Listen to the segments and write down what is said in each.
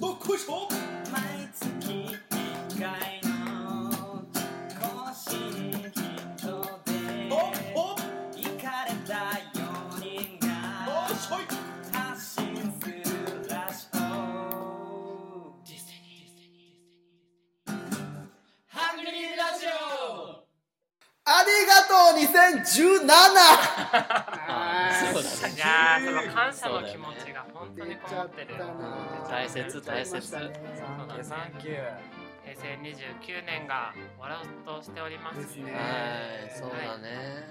どっこいしょ毎月一回の更新ヒットでおおお行かれた4人がっしょい発信するラジオディズニーハングリーラジオありがとう 2017! あそうーだねいやーその感謝の気持ちが本当にこもってるよ。大切大切そうだねサンキュー平成29年が終わろうとしております。ですねはい、そうだね。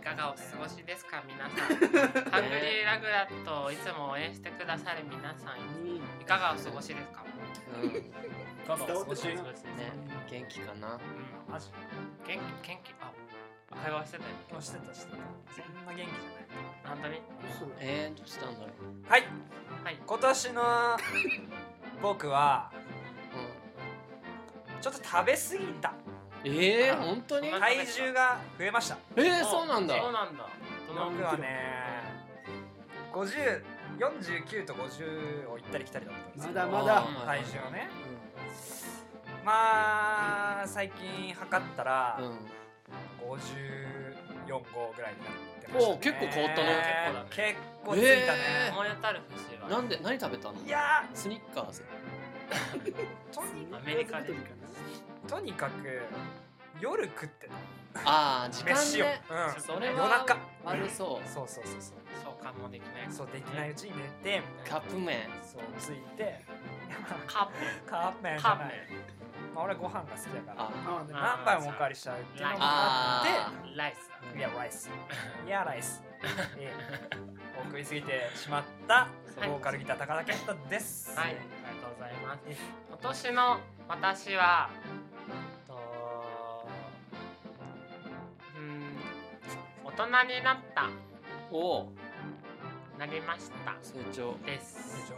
いかがお過ごしですか皆さ ん。ハングリーラグラットをいつも応援してくださる皆さん、いかがお過ごしですかうん、ね、ガバお過ごしですね。元気かな。うんマジ元気元気あ会話してたよ今してたしてたそんな元気じ本当にえー、どうしたんだろう。ゃないはいはい今年の僕はうちょっと食べ過ぎたん、えー、本当に。はい体重が増えましたえー、そうなんだ。そうなんだど僕のはね5049と50を行ったり来たりだったんですまよだまあだー体重をねまあ最近測ったらうん、 54号ぐらいになってました、ね、お結構変わったな結構ついたね、え思い当たる節はなんで、何食べたの。いやスニッカーズ。ーとにアメリカでとにかく夜食ってたああ、時間飯を、ね。うん、それは夜中悪そう。そうそうそうそう召喚もできないそうできないうちに寝てみたいカなップ麺。そうついてカカップ麺ッじプカゃッない、まあ、俺はご飯が好きだからあ、何杯もおかわりしちゃうっていうのもあってあプライスーいや、ライス。いや、ライス。ええお食いすぎてしまった、はいボーカルギター高田健太です。はいありがとうございます今年の私はえっとうん大人になったおー、なりました成長。です以上。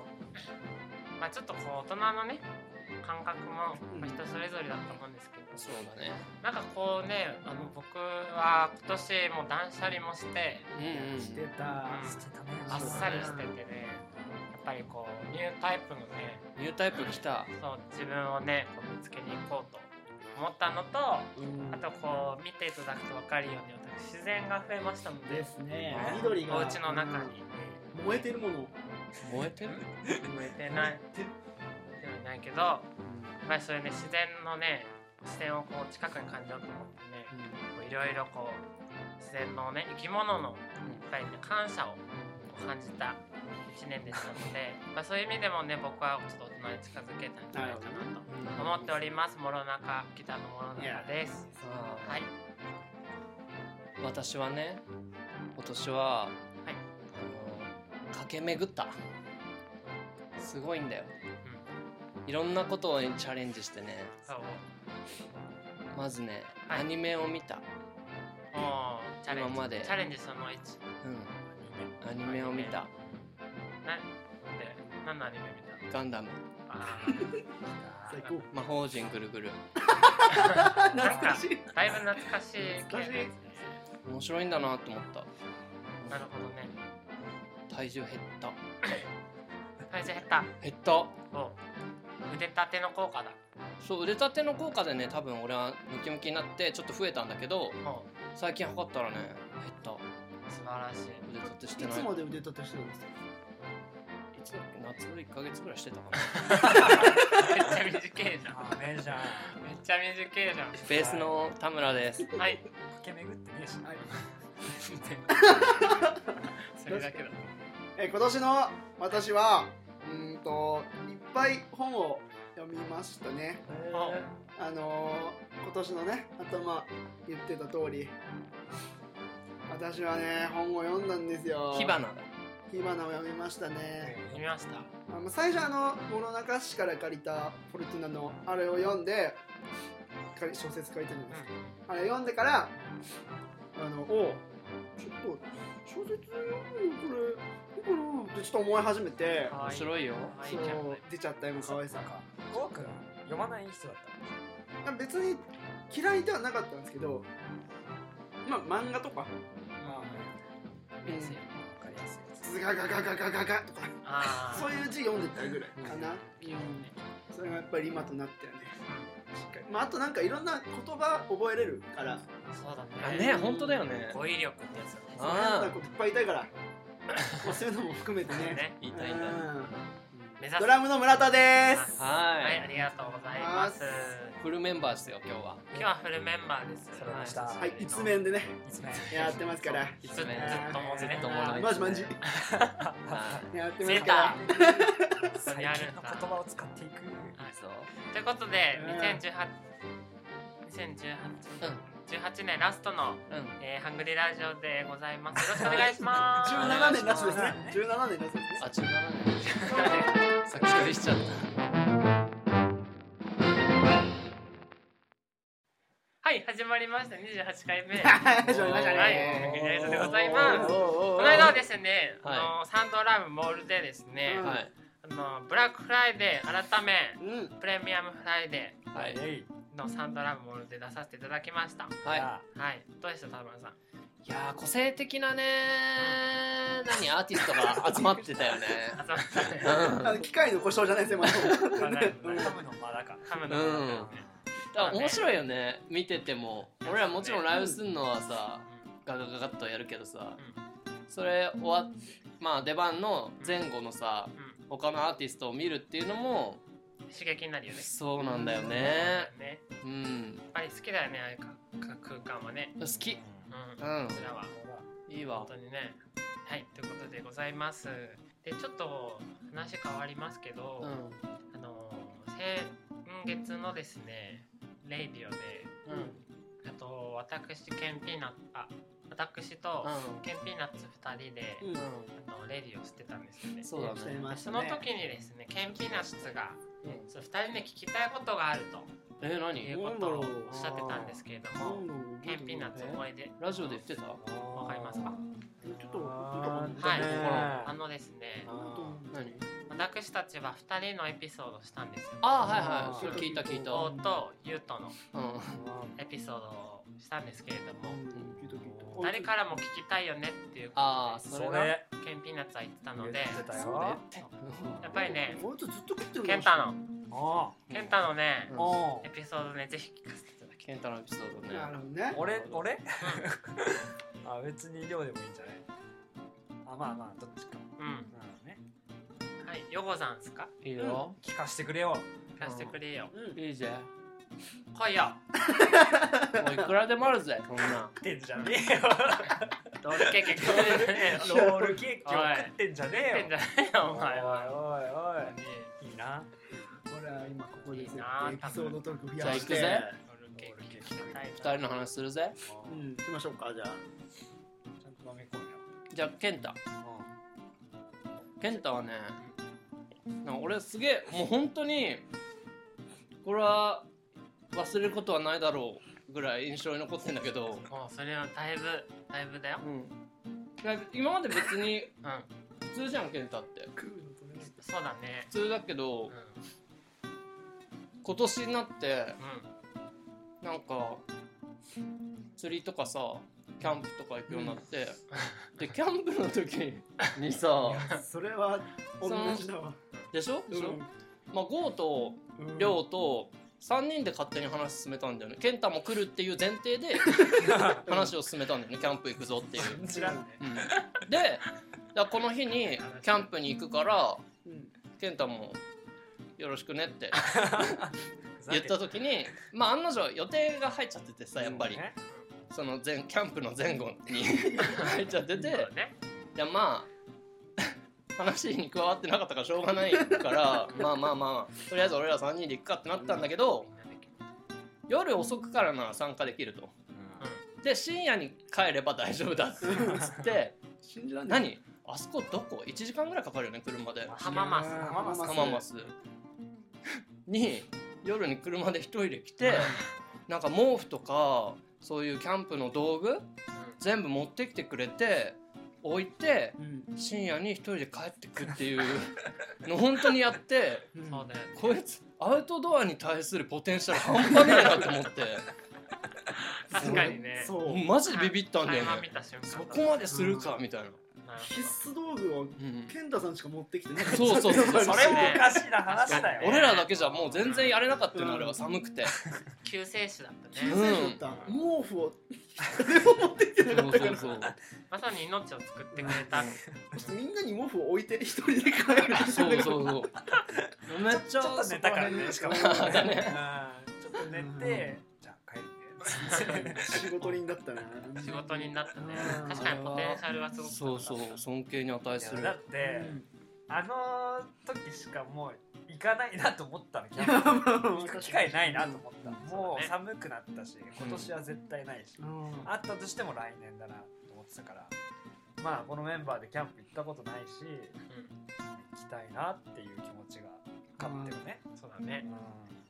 まあちょっとこう大人のね感覚もまあ人それぞれだと思うんですけど、そうだね。なんかこうねあの僕は今年も断捨離もして、うん、うん。してたうんしてたねあっさりしててねやっぱりこうニュータイプのねニュータイプ来た。そう自分をねこう見つけに行こうと思ったのとあうんとこう見ていただくと分かるように私自然が増えましたのでですね緑がお家の中にうん燃えてるもの燃えてる。植えてないではないけどやっぱりそういうね自然のね視点をこう近くに感じようと思ってねこういろいろこう自然のね生き物のやっぱりね感謝を感じた1年でしたので、 まあ、そういう意味でもね僕はちょっと大人に近づけたんじゃないかなとうん思っております諸中ギターの諸中ですはい私はね今年は、あの駆け巡ったすごいんだよ、いろんなことにチャレンジしてねそうまずね、はいアニメを見た、もうチャレンジ今までチャレンジその1うん、アニメを見たなで何のアニメ見たガンダムあ 最高魔法陣ぐるぐる懐かしいーだいぶ懐かしい系のやつですね面白いんだなと思ったなるほどね体重減った体重減った減ったお腕立ての効果だそう腕立ての効果でね多分俺はムキムキになってちょっと増えたんだけども最近測ったらね減っう素晴らしいた腕立てしていないつまで腕立てしてるんですかいつだっけ夏の1ヶ月ぐらいしてたかなめっちゃ短いじゃんあ、メジャー。めっちゃ短いじゃベースの田村ですんはい駆け巡ってねえし。 はいそれだけだ えー今年の私はうーんといっぱい本を読みましたねおあのー、今年のね頭言ってた通り私はね本を読んだんですよ火花だ火花を読みましたね読みましたあの最初あの諸中市から借りたフォルティナのあれを読んで借り小説書いてるんですあれ読んでからあのおちょっと小説読むのこれいいかなってちょっと思い始めてか面わいい白いよかわいそいキうャラね出ちゃったよ可愛さがゴーくん、読まない人だっいや別に嫌いではなかったんですけどまあ漫画とかた。まあ、わ見やすいよかりやすいやつ。ズガガガガガガガとかあそういう字読んでったぐらいかな、ういいねそれがやっぱり今となってはねしっかりまああとなんかいろんな言葉覚えれるからそうだねあね本当だよね語彙力ってやつだねあ悩んだこといっぱいいたからまあそういうのも含めてねね言いたいんだうん目指すドラムの村田ですはいはい、ありがとうございますはフルメンバーですよ今日 は今日はフルメンバーです揃いましたはい一面でねいつもやってますからずっとずっともうずっととももううねマジマジはやってま出すかた最や近るんのだ言葉を使っていくいそうということでうん2018 2018年ラストの、うんえーハングリーラジオでございますよろしくお願いしまら 17す年ラストですね17年ラストですねあ17年先取りしちゃっ はい始まりました28 回目始まりましたはいねおめでとうございますここの間はですね、はいあのサンドライブモールでですねたうん、はいあのブラックフライデー改めうんプレミアムフライデはいイエイーのサンドライブモールで出させていただきましたはいあはいどうでした田村さんいやー個性的なね何アーティストが集まってたよねあ そううだねんあの機械の故障じゃないですよ、まだわかんないハムの間だかハムのうんうんだから面白いよね見てても俺らもちろんライブすんのはさガガガガッとやるけどさそれ終わっまあ出番の前後のさう他のアーティストを見るっていうのもん刺激になるよねそうなんだよねねうんやっぱり好きだよねああいうかか空間はね好きうんうこんちらはいい本わ当にねはいということでございますでちょっと話変わりますけど、うんあの先月のですねレイディオでうんあと私ケンピーナッツあ私とケンピーナッツ2人で、うんあのレディをしてたんですよねそうだしてねましたそねの時にですねケンピーナッツが、うんそう2人で聞きたいことがあるえとい何うことをなんおだろうっしゃってたんですけれどもケンピーナッツ思い出ラジオで言ってたわかりますかちょっとちょっとはいねあのですね何私たちは2人のエピソードをしたんですよああはいはいそれ聞いた聞いたおうとゆうとのうんエピソードをしたんですけれども、うん誰かららも聞きたいよねっていうああこそそれがれとでケンピーナッツは言ってた言のっでてたよやっぱりねこいつずっと食ってるケンタのあケンタのね、うんあエピソードねぜひ聞かせていただきたケいンタのエピソードねなるほどね俺俺あ別に量でもいいんじゃないあまあまあどっちかうんうんねはいヨゴさんですかいいよ聞かしてくれよ聞かせてくれよ、うんいいぜ来いよもういくらでもあるぜこんなん食ってんじゃね えよロールケーキ食ってねえよロールケーキを食ってんじゃね食っえてんよじゃねえよおおい前はおいおいねいいな俺は今ここでいいなエピソードトーク増じゃあや行しくてぜロールケーキ食べたい二人の話するぜうん行きましょうかじゃあちゃんと飲み込じゃあ健太む健太はねなんか俺すげえもう本当にこれは忘れることはないだろうぐらい印象に残ってんだけど、もうそれはだいぶだいぶだようん、なんか今まで別にうん普通じゃん健太って食うのとねそうだね普通だけうどん今年になってうなんか釣りとかさキャンプとか行くようになって、でキャンプの時にさそれは同じだわでしょでしょ、まあ、ゴーとうんりょうと3人で勝手に話進めたんだよね健太も来るっていう前提 で話を進めたんだよねキャンプ行くぞっていう、うん知らんねうんでだからこの日にキャンプに行くからうん健太も「よろしくね」ってふざ言けった時にまあ案の定予定が入っちゃっててさやっぱりねその前キャンプの前後に 入っちゃってんてそうだねいやまあ 話に加わってなかったからしょうがないからまあまあまあとりあえず俺ら3人で行くかってなったんだけどみんなで聞く夜遅くからなら参加できるとで深夜に帰れば大丈夫だ っつって信じらんない何あそこどこ1時間ぐらいかかるよね車で浜松浜松浜松 に夜に車で一人で来てなんか毛布とかそういうキャンプの道具全部持ってきてくれて置いてうん深夜に一人で帰ってくって いうの本当にやってうんそうだよねこいつアウトドアに対するポテンシャル半端ねえなと 思って確かにねそうもうマジでビビったんだよ垣間見ねた瞬間そこまでするかみたいなななるほど必須道具をうん健太さんしか持ってきてなかったそうそ うそうやっぱりそれもおかしいな話だよ俺らだけじゃもう全然やれなかったよねあれは寒くて救世主だった救ねうん世主だった、毛布を誰も持ってきてなかそっうたかそうらそうまさに命を救ってくれたちょっとみんなに毛布を置いて一人で帰るそ うそうそうめっちゃちょっと寝たからねしかも、 そうだねうんちょっと寝てじゃあ帰るね 仕事人だったな仕事になったねうん確かにポテンシャルはすごくそうそう尊敬に値すいやるだって、あの時しかもう行かないなと思ったのキャンプ行く機会ないなと思った、もう寒くなったし今年は絶対ないし、うんあったとしても来年だなと思ってたからまあこのメンバーでキャンプ行ったことないしうん行きたいなっていう気持ちが勝ってるね、そうだね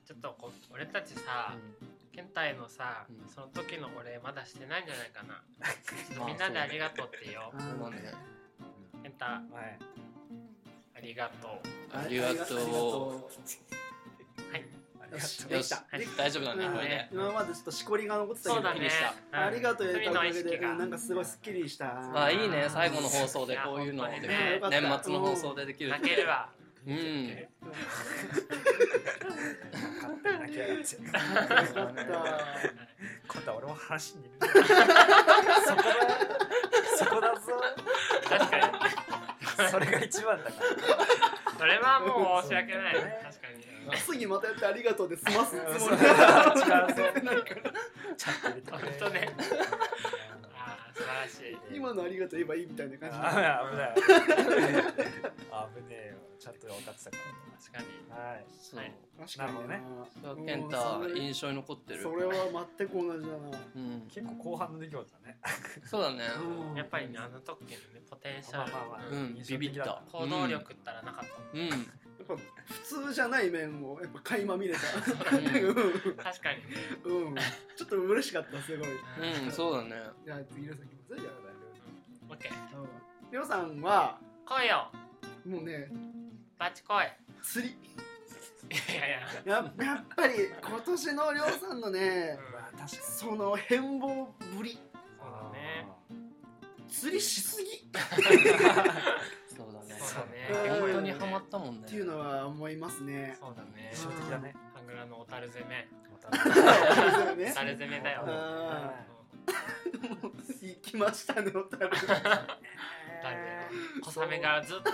ちょっとこう俺たちさ健太のさうんその時のお礼まだしてないんじゃない かなちょっとまあみんなでありがとうってよそうなんだね健太あはいりがとうありがとうはいありよしがとようし大丈夫だねこれね今までちょっとしこりが残ってたけそどうだねんありがとう言え罪たおのか意げで識がうんなんかすごいスッキリしたあいいね最後の放送でこういうのをできるい本や当にね年末の放送でできる泣けるわうん勝手に泣きやがって楽しかった今度は俺も話にいるそこだそこだぞ確かにそれが一番だかそれはもう申し訳ないそうだね確かに次またやってありがとうで済ますつらもり力だ強いなんかちゃんと入れてく本れ当ねあー素晴らしい今のありがとう言えばいいみたいな感じあー危ない危ない危ねえよちゃんと分かってたか確かにらはいそうはい確かになるうん健そ太れ印象に残ってるそれは全く同じだなうん結構後半の出来事だねそうだねうんやっぱりねあの時のねポテンシャル、まあまあまあううんんビビった行動力ったらなかった、うんうんやっぱ普通じゃない面をやっぱ垣間見れた ん、確かにね、うんうんちょっと嬉しかったすごいうんそうだねじゃあ次の先行きますじゃオッケーあうんりょうさんは来いよもうねバチ来い釣りいやいや、ややっぱり今年のりょうさんのねうんうわ確かにその変貌ぶりそうだね釣りしすぎっそうだねそうだねうん本当にハマったもんねていうのは思います ねそうだね印象的だねハングラの小樽攻めまたそう小ね樽攻めだようん行きましたねおたる小樽ね小雨がずっと降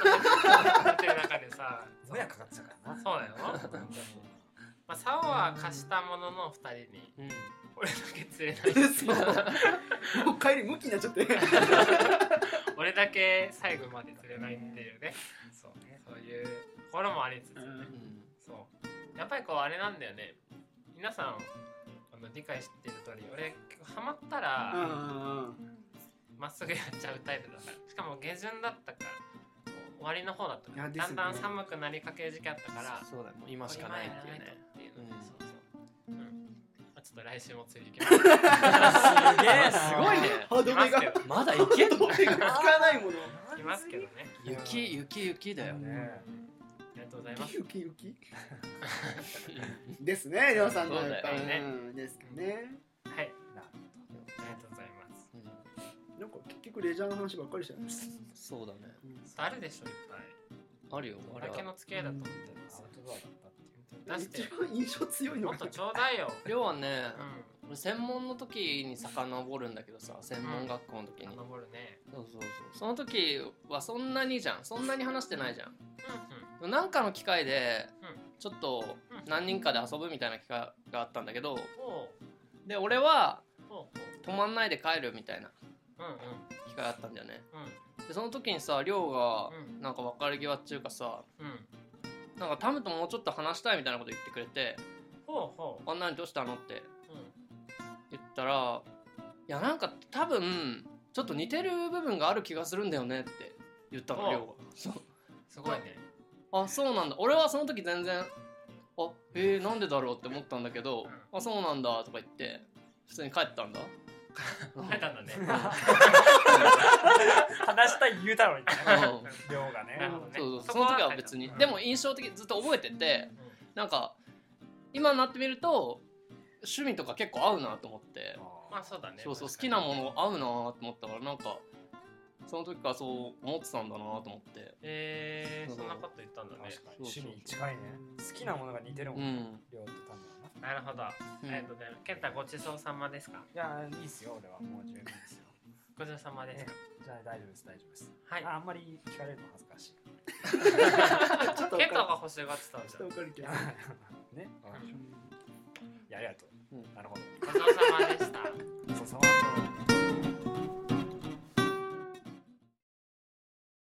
ってる中でさもやかかってたからなそうだよ、まあ、竿は貸したものの二人にうん俺だけ釣れない そうもう帰り向きになっちゃって俺だけ最後まで釣れないっていうねそうねそういうところもありつつね、うんそうやっぱりこうあれなんだよね皆さんあの理解してる通り俺ハマったうんうんらうんまっすぐやっちゃうタイプだからしかも下旬だったからもう終わりの方だったかいらやですだよんねだん寒くなりかける時期あったからそうだねもう今しかないっていうねこれ今やらうんないとっていうので、そうそう、うんまあ、ちょっと来週も釣り行 きますすげえすごいね歯止めが来歯まだいけんの止めが効かないもの来ますけどね雪雪雪だよねねありがとうございますゆきゆ きですねりょうさんのそうやだっぱよねうんですかねはいなありがとうございますうんなんか結局レジャーの話ばっかりしてるそうだねあるでしょいっぱいあるよおあれ酒はの付き合いだと思ってまアすウトドアだったっていう出し一て番印象強いのもっがとちょうだいよ、要はねうん俺専門の時に遡るんだけどさ専門学校の時にそう登るね。そうそうその時はそんなにじゃんそんなに話してないじゃんうなんかの機会でうちょっとうん何人かで遊ぶみたいな機会があったんだけどんうん。ほで俺はうほう泊まんないで帰るみたいなほう。うん機会があったんだよねうんでその時にさ亮がうんなんか別れ際っていうかさうんうん。なんかタムともうちょっと話したいみたいなこと言ってくれてほうほ「あんなにどうしたの?」ってう。うん言ったら「いやなんか多分ちょっと似てる部分がある気がするんだよね」って言ったのあ亮がそうすごいね。あそうなんだ俺はその時全然「あえー、なんでだろう?」って思ったんだけど「うあそうなんだ」とか言って普通に帰ったん だうん書いたんだね。話したい言うたのにねうん量がねなるほどねそうそうそそこはの時は別にうんでも印象的ずっと覚えててうんなんか今になってみると趣味とか結構合うなと思ってまあそうだね。そうそう好確かきになもの合うなと思ったからなんかその時からそう思ってたんだなと思ってえー、そうそんなこと言ったんだね確かにそうそう趣味近いね好きなものが似てるもうんん、両手単ななるほうんど、ありがとうございます健太ごちそうさまですかいやいいっすよ俺はもう十分ですよごちそうさまですか、じゃあ大丈夫です大丈夫ですは いああんまり聞かれるの恥ずかしいちょっとわ健太かが欲しがってたんるじちょっとゃんわかるけどね、ういやありがとう、うんなるほど